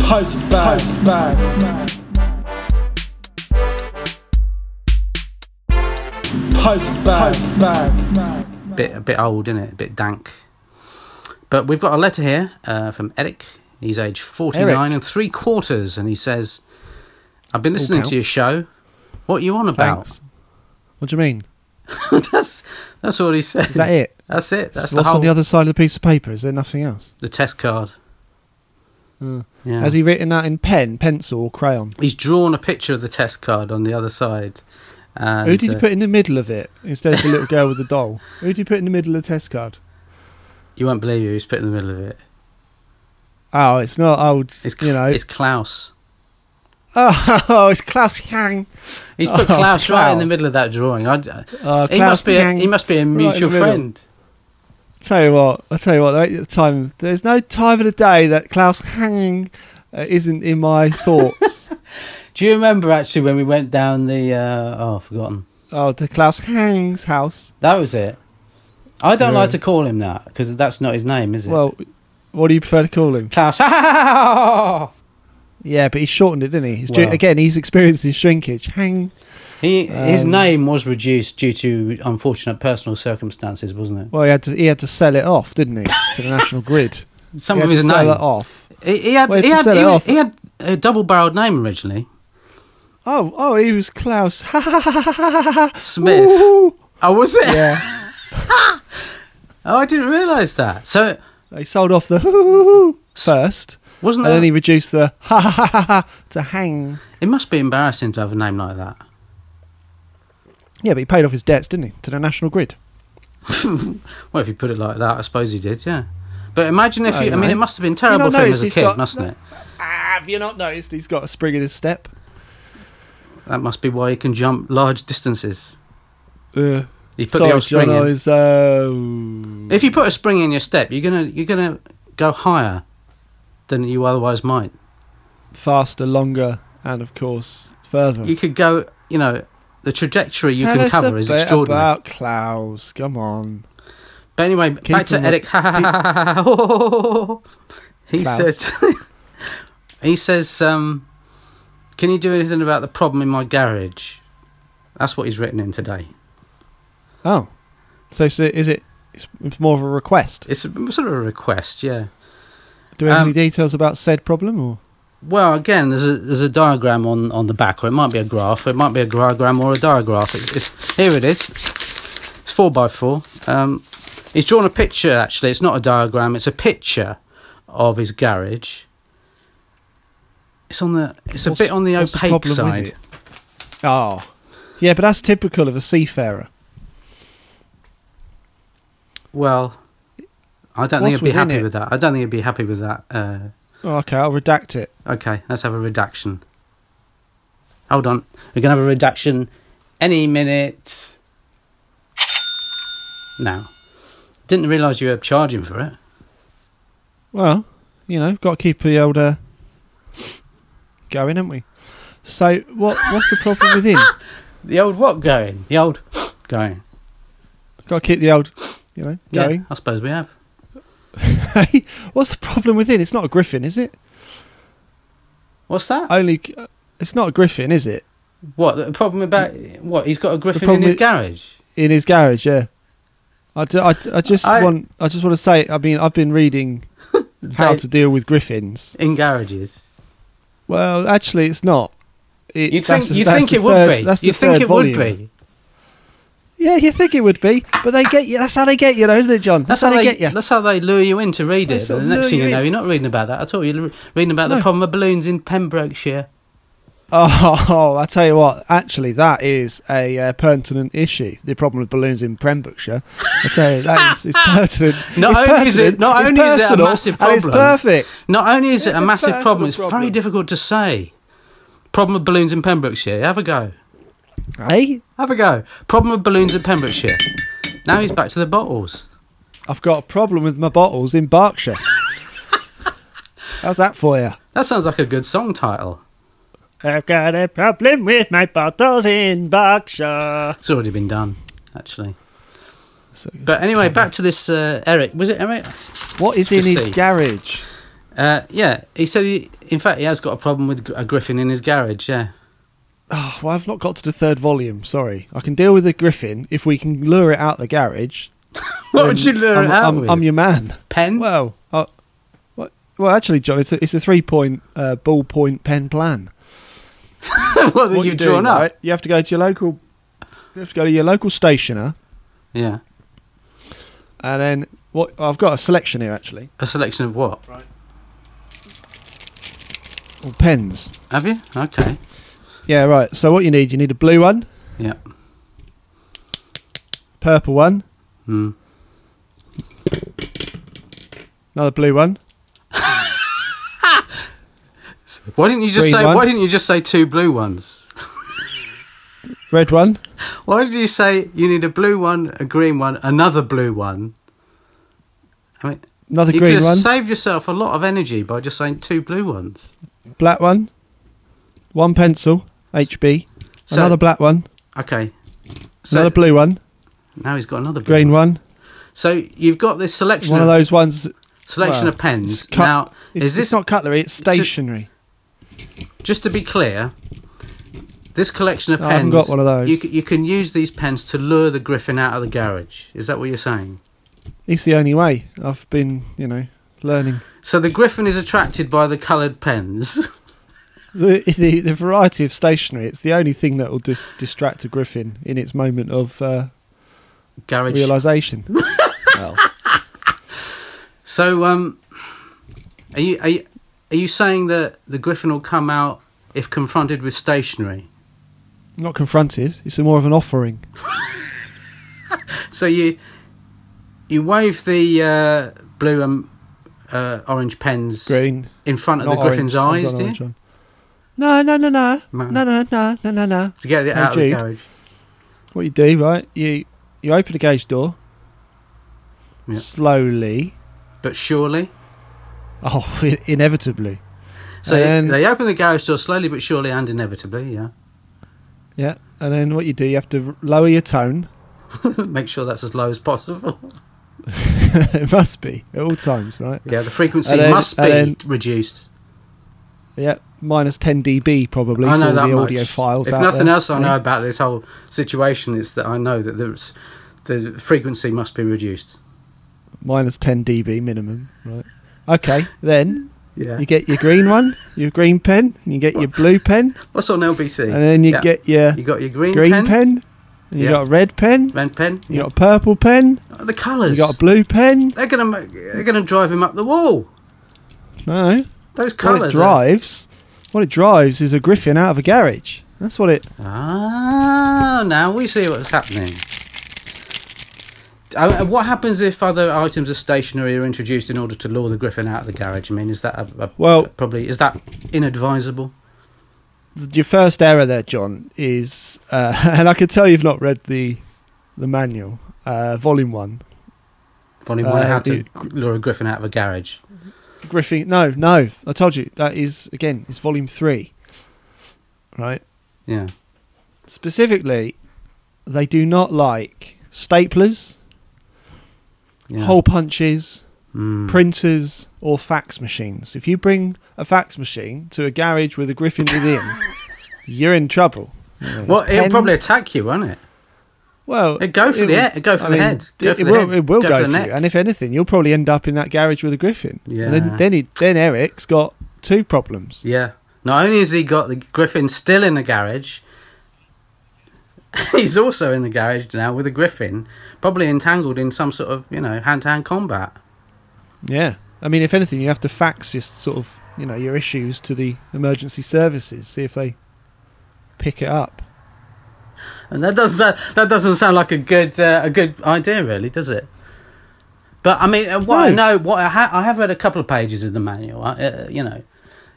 Speaker 3: Post bag. Post bag. Post bag.
Speaker 5: Bit a bit old, isn't it? A bit dank. But we've got a letter here uh, from Eric. He's age 49
Speaker 2: Eric.
Speaker 5: and three quarters, and he says, I've been listening
Speaker 2: counts.
Speaker 5: to your show. What are you on about?
Speaker 2: Thanks. What do you mean?
Speaker 5: <laughs> that's that's all he says.
Speaker 2: Is that it?
Speaker 5: That's it. That's the
Speaker 2: What's
Speaker 5: whole
Speaker 2: on the other side of the piece of paper? Is there nothing else?
Speaker 5: the test card.
Speaker 2: Uh,
Speaker 5: Mm. Yeah.
Speaker 2: Has he written that in pen, pencil, or crayon?
Speaker 5: He's drawn a picture of the test card on the other side. And,
Speaker 2: Who did
Speaker 5: uh,
Speaker 2: he put in the middle of it instead of the little girl with the doll? Who did he put in the middle of the test card?
Speaker 5: You won't believe who's put in the middle of it.
Speaker 2: Oh, it's not old.
Speaker 5: It's
Speaker 2: you know.
Speaker 5: it's Klaus.
Speaker 2: <laughs> oh, it's Klaus Yang. <laughs>
Speaker 5: He's put
Speaker 2: Oh,
Speaker 5: Klaus right in
Speaker 2: Klaus.
Speaker 5: the middle of that drawing. I, d-
Speaker 2: Uh,
Speaker 5: he
Speaker 2: Klaus
Speaker 5: must be a,
Speaker 2: Yang.
Speaker 5: he must be a
Speaker 2: in the
Speaker 5: mutual
Speaker 2: middle.
Speaker 5: friend.
Speaker 2: tell you what. I tell you what. Right at the time, there's no time of the day that Klaus Yang uh, isn't in my <laughs> thoughts.
Speaker 5: Do you remember actually when we went down the uh, oh I've forgotten
Speaker 2: oh, the Klaus Yang's house.
Speaker 5: that was it. I don't
Speaker 2: Yeah.
Speaker 5: like to call him that because that's not his name, is it?
Speaker 2: Well, what do you prefer to call him?
Speaker 5: Klaus. <laughs>
Speaker 2: Yeah, but he shortened it, didn't he? He's
Speaker 5: Well-
Speaker 2: ju- again, he's experiencing shrinkage. Hang.
Speaker 5: He his
Speaker 2: Um,
Speaker 5: name was reduced due to unfortunate personal circumstances, wasn't
Speaker 2: Well, he had to he had to sell it off, didn't he, <laughs> to the national grid?
Speaker 5: it? Some
Speaker 2: he
Speaker 5: of
Speaker 2: had
Speaker 5: his
Speaker 2: to sell
Speaker 5: name.
Speaker 2: it off.
Speaker 5: He, he had
Speaker 2: Well,
Speaker 5: he
Speaker 2: to
Speaker 5: had,
Speaker 2: sell it
Speaker 5: he,
Speaker 2: off.
Speaker 5: he had a double-barreled name originally.
Speaker 2: Oh, oh, he was Klaus. <laughs>
Speaker 5: Smith.
Speaker 2: Ooh.
Speaker 5: Oh, was it?
Speaker 2: yeah,
Speaker 5: Oh, I didn't realise that. So
Speaker 2: they sold off the <laughs> first,
Speaker 5: wasn't
Speaker 2: and
Speaker 5: that?
Speaker 2: then he reduced the <laughs> to hang.
Speaker 5: It must be embarrassing to have a name like that.
Speaker 2: Yeah, but he paid off his debts, didn't he, to the national grid?
Speaker 5: Well, if you put it like that, I suppose he did. Yeah. But imagine if
Speaker 2: Oh,
Speaker 5: you. I mean,
Speaker 2: no.
Speaker 5: it must have been terrible
Speaker 2: You know,
Speaker 5: for him
Speaker 2: notice
Speaker 5: as a
Speaker 2: he's
Speaker 5: kid,
Speaker 2: got-
Speaker 5: mustn't it?
Speaker 2: Ah, have you not noticed he's got a spring in his step?
Speaker 5: That must be why he can jump large distances.
Speaker 2: Yeah.
Speaker 5: He put the
Speaker 2: Sorry,
Speaker 5: old spring
Speaker 2: John, I
Speaker 5: in.
Speaker 2: was, uh,
Speaker 5: If you put a spring in your step, you're gonna you're gonna go higher than you otherwise might.
Speaker 2: faster, longer, and of course further.
Speaker 5: You could go. You know, the trajectory you
Speaker 2: Hmm. Tell
Speaker 5: can
Speaker 2: us a
Speaker 5: cover is
Speaker 2: bit
Speaker 5: extraordinary.
Speaker 2: About Klaus, come on.
Speaker 5: But anyway, back to
Speaker 2: him- <laughs>
Speaker 5: Eric. <laughs> he
Speaker 2: Klaus.
Speaker 5: said, <laughs> he says, um, can you do anything about the problem in my garage? That's what he's written in today.
Speaker 2: Oh, so, so is it? It's, it's more of a request.
Speaker 5: It's a, sort of a request, yeah.
Speaker 2: Do we have
Speaker 5: Um,
Speaker 2: any details about said problem or?
Speaker 5: Well, again, there's a there's a diagram on, on the back, or it might be a graph, or it might be a diagram or a diagraph. It's, it's here it is. It's four by four. Um, he's drawn a picture. Actually, it's not a diagram. It's a picture of his garage. It's on the. It's
Speaker 2: What's-
Speaker 5: a bit on the
Speaker 2: what's the
Speaker 5: opaque
Speaker 2: problem with
Speaker 5: side.
Speaker 2: it? Oh,
Speaker 5: Ah.
Speaker 2: yeah, but that's typical of a seafarer.
Speaker 5: Well, I
Speaker 2: What's
Speaker 5: don't think he'd be
Speaker 2: within
Speaker 5: happy
Speaker 2: it?
Speaker 5: with that. I don't think he'd be happy with that. Uh,
Speaker 2: Oh, okay, I'll redact it.
Speaker 5: okay, let's have a redaction. Hold on, we're gonna have a redaction any minute. Now, didn't realise you were charging for it.
Speaker 2: Well, you know, got to keep the old uh, going, haven't we? So, what what's the problem
Speaker 5: <laughs>
Speaker 2: with him?
Speaker 5: The old what going? The old <gasps> going.
Speaker 2: Got to keep the old, you know,
Speaker 5: Yeah,
Speaker 2: going. <laughs>
Speaker 5: I suppose we have.
Speaker 2: what's the problem with him? It's not a griffin, is it?
Speaker 5: What's that?
Speaker 2: Only, it's not a griffin, is it?
Speaker 5: what the problem about what? He's got a griffin in
Speaker 2: problem
Speaker 5: his
Speaker 2: is-
Speaker 5: garage.
Speaker 2: in his garage. Yeah, I, do- I, I just
Speaker 5: I-
Speaker 2: want I just want to say. I mean, I've been
Speaker 5: <laughs>
Speaker 2: reading how
Speaker 5: Don't-
Speaker 2: to deal with griffins.
Speaker 5: In garages.
Speaker 2: Well, actually, it's not. It's,
Speaker 5: You think
Speaker 2: that's the-
Speaker 5: you
Speaker 2: that's
Speaker 5: think
Speaker 2: the
Speaker 5: it would
Speaker 2: third-
Speaker 5: be?
Speaker 2: that's the
Speaker 5: You think
Speaker 2: third
Speaker 5: it would
Speaker 2: volume.
Speaker 5: be?
Speaker 2: Yeah, you think it would be, but they get you. That's how they get you, though, isn't it, John? That's, how, they, get you.
Speaker 5: That's how they lure you in to read
Speaker 2: They
Speaker 5: it.
Speaker 2: sort
Speaker 5: And
Speaker 2: of
Speaker 5: the next
Speaker 2: lure
Speaker 5: thing
Speaker 2: you
Speaker 5: you know,
Speaker 2: in.
Speaker 5: you're not reading about that at all. You're reading about
Speaker 2: No.
Speaker 5: the problem of balloons in Pembrokeshire.
Speaker 2: Oh, <laughs> I tell you what. Actually, that is a uh, pertinent issue. The problem with balloons in Pembrokeshire. I tell you, that
Speaker 5: <laughs>
Speaker 2: is it's pertinent.
Speaker 5: Not
Speaker 2: it's
Speaker 5: only is it-
Speaker 2: pertinent,
Speaker 5: not
Speaker 2: it's
Speaker 5: only is it a
Speaker 2: personal,
Speaker 5: massive
Speaker 2: and it's
Speaker 5: problem.
Speaker 2: perfect.
Speaker 5: Not only
Speaker 2: It's
Speaker 5: is it a
Speaker 2: a
Speaker 5: massive
Speaker 2: personal
Speaker 5: problem, it's very
Speaker 2: problem.
Speaker 5: difficult to say. Problem of balloons in Pembrokeshire. Have a go.
Speaker 2: Hey,
Speaker 5: Have a go. Problem of balloons in Pembrokeshire. Now he's back to the bottles.
Speaker 2: I've got a problem with my bottles in
Speaker 5: <laughs>
Speaker 2: Berkshire. How's that for you?
Speaker 5: That sounds like a good song title.
Speaker 7: I've got a problem with my bottles in Berkshire.
Speaker 5: It's already been done, actually. But anyway, back to this uh, Eric. Was it Eric?
Speaker 2: What is in
Speaker 5: Just
Speaker 2: his
Speaker 5: see.
Speaker 2: garage?
Speaker 5: Uh, yeah, he said. He, in fact, he has got a problem with gr- a griffin in his garage. Yeah.
Speaker 2: Oh, well, I've not got to the third volume. Sorry, I can deal with the griffin if we can lure it out the garage.
Speaker 5: <laughs> <laughs> What would you lure
Speaker 2: I'm,
Speaker 5: it out
Speaker 2: I'm,
Speaker 5: with?
Speaker 2: I'm your man.
Speaker 5: pen?
Speaker 2: Well, uh, well, well, actually, John, it's a, it's a three-point uh, ballpoint pen plan.
Speaker 5: <laughs> what have
Speaker 2: What
Speaker 5: you
Speaker 2: do,
Speaker 5: drawn up?
Speaker 2: right, You have to go to your local. You have to go to your local stationer,
Speaker 5: Yeah.
Speaker 2: and then what? I've got a selection here actually.
Speaker 5: A selection of what?
Speaker 2: Or pens.
Speaker 5: Have you? Okay.
Speaker 2: Yeah, right. So what you need? You need a blue one,
Speaker 5: Yeah.
Speaker 2: purple one,
Speaker 5: Hmm.
Speaker 2: another blue one.
Speaker 5: Why didn't you just
Speaker 2: Green
Speaker 5: say?
Speaker 2: one.
Speaker 5: Why didn't you just say two blue ones?
Speaker 2: Red one.
Speaker 5: Why did you say you need a blue one, a green one, another blue one? I mean,
Speaker 2: Another
Speaker 5: you could
Speaker 2: green
Speaker 5: have
Speaker 2: one.
Speaker 5: saved yourself a lot of energy by just saying two blue ones.
Speaker 2: black one. One pencil. HB.
Speaker 5: So,
Speaker 2: another black one.
Speaker 5: okay. So
Speaker 2: another blue one.
Speaker 5: now he's got another blue
Speaker 2: Green
Speaker 5: one.
Speaker 2: one.
Speaker 5: So you've got this selection
Speaker 2: One
Speaker 5: of,
Speaker 2: of those ones.
Speaker 5: selection
Speaker 2: well,
Speaker 5: of pens.
Speaker 2: it's cut-
Speaker 5: now,
Speaker 2: It's,
Speaker 5: is
Speaker 2: it's
Speaker 5: this
Speaker 2: not cutlery? It's
Speaker 5: a-
Speaker 2: stationery.
Speaker 5: just to be clear? This collection of
Speaker 2: No, I
Speaker 5: pens.
Speaker 2: haven't got one of those.
Speaker 5: You, c- you can use these pens to lure the griffin out of the garage. Is that what you're saying?
Speaker 2: It's the only way. I've been, you know, learning.
Speaker 5: So the griffin is attracted by the coloured pens. <laughs>
Speaker 2: The, it's the the variety of stationery. It's the only thing that will dis- distract a griffin in its moment of uh,
Speaker 5: garage.
Speaker 2: realization. well,
Speaker 5: So, um, are you are you, are you saying that the griffin will come out if confronted with stationery?
Speaker 2: not confronted. It's more of an offering.
Speaker 5: So you you wave the uh, blue and uh, orange pens
Speaker 2: Green.
Speaker 5: in front of
Speaker 2: not
Speaker 5: the griffin's
Speaker 2: orange. I've
Speaker 5: eyes,
Speaker 2: gone
Speaker 5: do you?
Speaker 2: orange on. No, no, no, no,
Speaker 5: No.
Speaker 2: no, no, no, no, no, no.
Speaker 5: To get it
Speaker 2: Hey,
Speaker 5: out of the
Speaker 2: Jude.
Speaker 5: garage.
Speaker 2: What you do, right? You you open the gauge door
Speaker 5: Yeah.
Speaker 2: slowly.
Speaker 5: But surely.
Speaker 2: Oh, <laughs> i- inevitably.
Speaker 5: So
Speaker 2: And-
Speaker 5: they open the garage door slowly but surely and inevitably, yeah. <laughs>
Speaker 2: Yeah, and then what you do, you have to r- lower your tone. <laughs>
Speaker 5: Make sure that's as low as possible. <laughs>
Speaker 2: it must be at all times, right?
Speaker 5: Yeah, the frequency
Speaker 2: And then-
Speaker 5: must be
Speaker 2: and
Speaker 5: reduced.
Speaker 2: Yeah, minus 10 dB probably
Speaker 5: I
Speaker 2: for
Speaker 5: know
Speaker 2: all
Speaker 5: that
Speaker 2: the
Speaker 5: much.
Speaker 2: audio files.
Speaker 5: If
Speaker 2: out
Speaker 5: nothing
Speaker 2: there.
Speaker 5: else I
Speaker 2: Yeah.
Speaker 5: know about this whole situation is that I know that there's, the frequency must be reduced.
Speaker 2: minus 10 dB minimum, right? Okay, then
Speaker 5: Yeah.
Speaker 2: you get your green one, your green pen, and you get your blue pen,
Speaker 5: What's on LBC?
Speaker 2: and then you
Speaker 5: Yeah.
Speaker 2: get your
Speaker 5: you got your green,
Speaker 2: green
Speaker 5: pen,
Speaker 2: pen, and you
Speaker 5: Yeah.
Speaker 2: got a red pen,
Speaker 5: red pen.
Speaker 2: you got a purple pen,
Speaker 5: Oh, the colours.
Speaker 2: you got a blue pen.
Speaker 5: they're gonna make, they're gonna drive him up the wall.
Speaker 2: No, what
Speaker 5: Those
Speaker 2: it
Speaker 5: colours. eh? are-
Speaker 2: drives, what it drives is a griffin out of a garage. That's what it.
Speaker 5: Ah, now we see what's happening. Uh, and what happens if other items of stationery are introduced in order to lure the griffin out of the garage? I mean, is that a, a,
Speaker 2: Well-
Speaker 5: probably is that inadvisable?
Speaker 2: Your first error there, John, is, uh, <laughs> and I can tell you've not read the, the manual, uh, volume one.
Speaker 5: Volume
Speaker 2: Uh,
Speaker 5: one, how to
Speaker 2: you-
Speaker 5: lure a griffin out of a garage.
Speaker 2: Griffin. No, no. I told you that is again. It's volume three. Right.
Speaker 5: Yeah.
Speaker 2: Specifically, they do not like staplers,
Speaker 5: yeah.
Speaker 2: hole punches,
Speaker 5: Mm.
Speaker 2: printers, or fax machines. If you bring a fax machine to a garage with a griffin
Speaker 5: <laughs>
Speaker 2: within, you're in trouble. You know,
Speaker 5: Well,
Speaker 2: there's
Speaker 5: it'll probably
Speaker 2: pens.
Speaker 5: attack you, won't it?
Speaker 2: well,
Speaker 5: It'd go for
Speaker 2: it
Speaker 5: the
Speaker 2: will-
Speaker 5: head. It'd go for
Speaker 2: I
Speaker 5: the
Speaker 2: mean,
Speaker 5: head. Go
Speaker 2: it,
Speaker 5: for
Speaker 2: it
Speaker 5: the
Speaker 2: will,
Speaker 5: head.
Speaker 2: it will
Speaker 5: Go
Speaker 2: go,
Speaker 5: for the
Speaker 2: for
Speaker 5: neck.
Speaker 2: you. And if anything, you'll probably end up in that garage with a griffin. And
Speaker 5: Yeah.
Speaker 2: then then, he, then Eric's got two problems.
Speaker 5: Yeah. Not only has he got the griffin still in the garage, <laughs> he's also in the garage now with a griffin, probably entangled in some sort of, you know, hand to hand combat.
Speaker 2: Yeah. I mean, if anything, you have to fax your sort of, you know, your issues to the emergency services, see if they pick it up.
Speaker 5: And that doesn't sound, that doesn't sound like a good uh, a good idea, really, does it? But I mean, uh, what I
Speaker 2: No.
Speaker 5: know, what I, ha- I have read a couple of pages of the manual. I, uh, you know,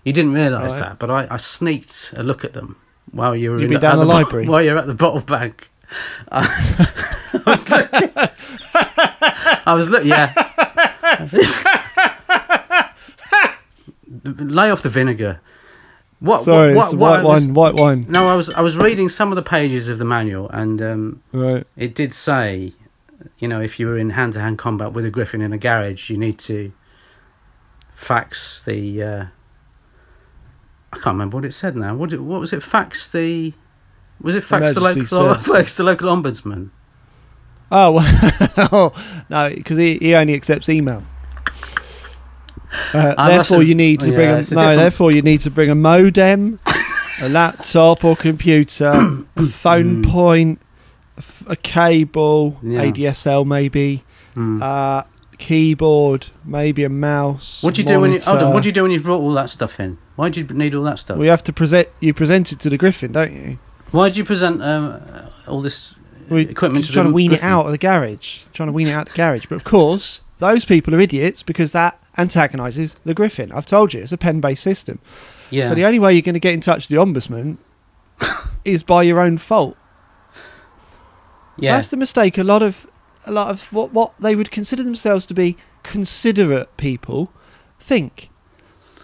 Speaker 5: you didn't realise
Speaker 2: Right.
Speaker 5: that, but I, I sneaked a look at them while you were
Speaker 2: You've
Speaker 5: in
Speaker 2: been down
Speaker 5: at
Speaker 2: the
Speaker 5: bo-
Speaker 2: library?
Speaker 5: while you're at the bottle bank. I, I was looking. I was look. Yeah.
Speaker 2: <laughs>
Speaker 5: Lay off the vinegar. Uh, What?
Speaker 2: Sorry,
Speaker 5: what?
Speaker 2: it's
Speaker 5: What?
Speaker 2: white
Speaker 5: what I was-
Speaker 2: wine, white wine.
Speaker 5: no, I was I was reading some of the pages of the manual, and um,
Speaker 2: Right.
Speaker 5: it did say, you know, if you were in hand-to-hand combat with a griffin in a garage, you need to fax the. Uh, I can't remember what it said now. What did, what was it? Fax the. Was it fax the
Speaker 2: Emergency
Speaker 5: local? <laughs>
Speaker 2: services.
Speaker 5: Fax the local ombudsman.
Speaker 2: Oh well, <laughs> oh, no, because he, he only accepts email. Uh,
Speaker 5: I must
Speaker 2: therefore,
Speaker 5: have- oh,
Speaker 2: you need to
Speaker 5: yeah,
Speaker 2: bring a, no.
Speaker 5: it's a different-
Speaker 2: Therefore, you need to bring a
Speaker 5: <coughs>
Speaker 2: modem, a laptop or computer, a phone
Speaker 5: Mm.
Speaker 2: point, a f- a cable,
Speaker 5: Yeah.
Speaker 2: ADSL maybe,
Speaker 5: Mm.
Speaker 2: uh, keyboard, maybe a mouse.
Speaker 5: what do you do when you hold on,
Speaker 2: monitor.
Speaker 5: What do you do when you brought all that stuff in? Why do you need all that stuff?
Speaker 2: We have to present. You present it to the Griffin, don't you?
Speaker 5: Why do you present um, all this
Speaker 2: We-
Speaker 5: equipment
Speaker 2: just
Speaker 5: to
Speaker 2: trying
Speaker 5: the
Speaker 2: to wean
Speaker 5: Griffin?
Speaker 2: it out of the garage. Trying to wean it out of the garage. But of course, those people are idiots because that antagonises the Griffin. I've told you, it's a pen-based system.
Speaker 5: Yeah.
Speaker 2: So the only way you're going to get in touch with the
Speaker 5: <laughs>
Speaker 2: ombudsman is by your own fault.
Speaker 5: yeah.
Speaker 2: That's the mistake. A lot of a lot of what what they would consider themselves to be considerate people think.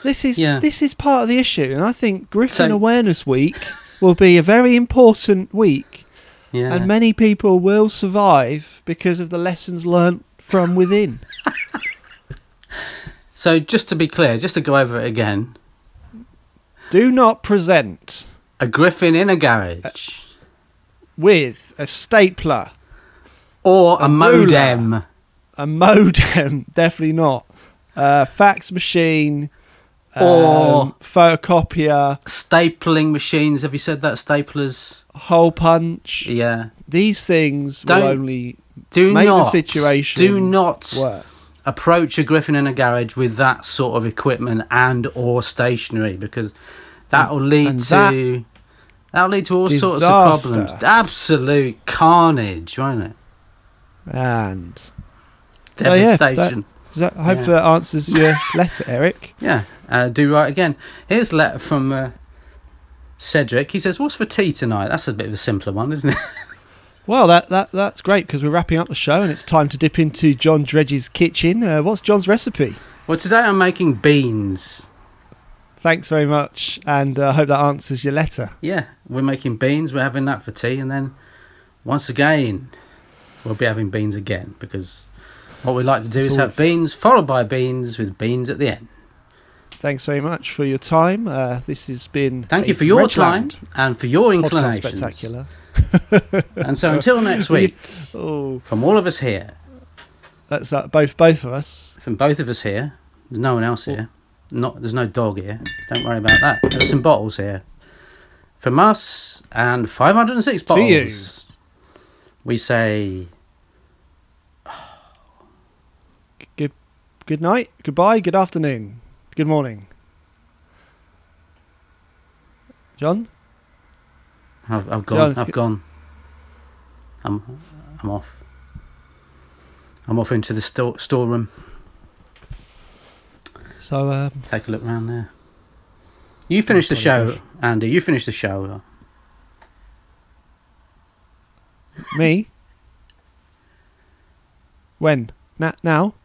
Speaker 2: This is
Speaker 5: Yeah.
Speaker 2: this is part of the issue, and I think Griffin
Speaker 5: So-
Speaker 2: Awareness Week will be a very important week
Speaker 5: yeah.
Speaker 2: and many people will survive because of the lessons learnt from
Speaker 5: <laughs>
Speaker 2: within.
Speaker 5: so just to be clear, just to go over it again,
Speaker 2: Do not present
Speaker 5: a griffin in a garage
Speaker 2: with a stapler,
Speaker 5: or a,
Speaker 2: a
Speaker 5: modem.
Speaker 2: a modem, <laughs> definitely not, a fax machine, um,
Speaker 5: Or-
Speaker 2: photocopier,
Speaker 5: Stapling machines. Have you said that staplers?
Speaker 2: hole punch.
Speaker 5: Yeah.
Speaker 2: These things will
Speaker 5: Don't-
Speaker 2: only
Speaker 5: Do
Speaker 2: Make the
Speaker 5: not
Speaker 2: situation
Speaker 5: do not
Speaker 2: worse.
Speaker 5: approach a griffin in a garage with that sort of equipment and or stationery because that will lead
Speaker 2: and
Speaker 5: to that will lead to all sorts of
Speaker 2: Disaster.
Speaker 5: problems. Absolute carnage, won't it?
Speaker 2: And Oh, yeah, that-
Speaker 5: Devastation.
Speaker 2: does that, I hope
Speaker 5: Yeah.
Speaker 2: that answers
Speaker 5: <laughs>
Speaker 2: your letter, Eric.
Speaker 5: Yeah, uh, do right again. Here's a letter from uh, Cedric. He says, "What's for tea tonight?" That's a bit of a simpler one, isn't it? <laughs>
Speaker 2: Well, that, that that's great because we're wrapping up the show and it's time to dip into John Dredge's kitchen. Uh, what's John's recipe?
Speaker 5: well, today I'm making beans.
Speaker 2: Thanks very much, and uh, I hope that answers your letter.
Speaker 5: Yeah, we're making beans. We're having that for tea, and then once again, we'll be having beans again because what we like to do
Speaker 2: It's
Speaker 5: is have beans followed by beans with beans at the end.
Speaker 2: Thanks very much for your time. Uh, this has been.
Speaker 5: Thank
Speaker 2: a
Speaker 5: you for your
Speaker 2: Dredgeland
Speaker 5: time and for your
Speaker 2: Podcast
Speaker 5: inclinations.
Speaker 2: spectacular.
Speaker 5: And so
Speaker 2: <laughs>
Speaker 5: until next week,
Speaker 2: Oh,
Speaker 5: from all of us here,
Speaker 2: that's uh, both both of us.
Speaker 5: from both of us here. There's no one else here. Not there's no dog here. Don't worry about that. There's some bottles here. From us and 506
Speaker 2: To you.
Speaker 5: bottles. We say
Speaker 2: Good night, goodbye, good afternoon, good morning. John,
Speaker 5: I've, I've
Speaker 2: John,
Speaker 5: gone.
Speaker 2: it's
Speaker 5: I've
Speaker 2: good-
Speaker 5: gone. I'm I'm off. I'm off into the store storeroom.
Speaker 2: so um,
Speaker 5: Take a look round there. You finish the
Speaker 2: sorry,
Speaker 5: show, Andy. You finish the show.
Speaker 2: me. when Na- now.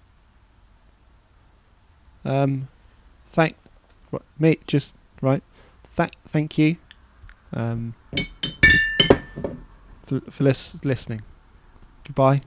Speaker 2: Um, thank ri- me just right. Thank thank you. Um, for, for lis- listening. Goodbye.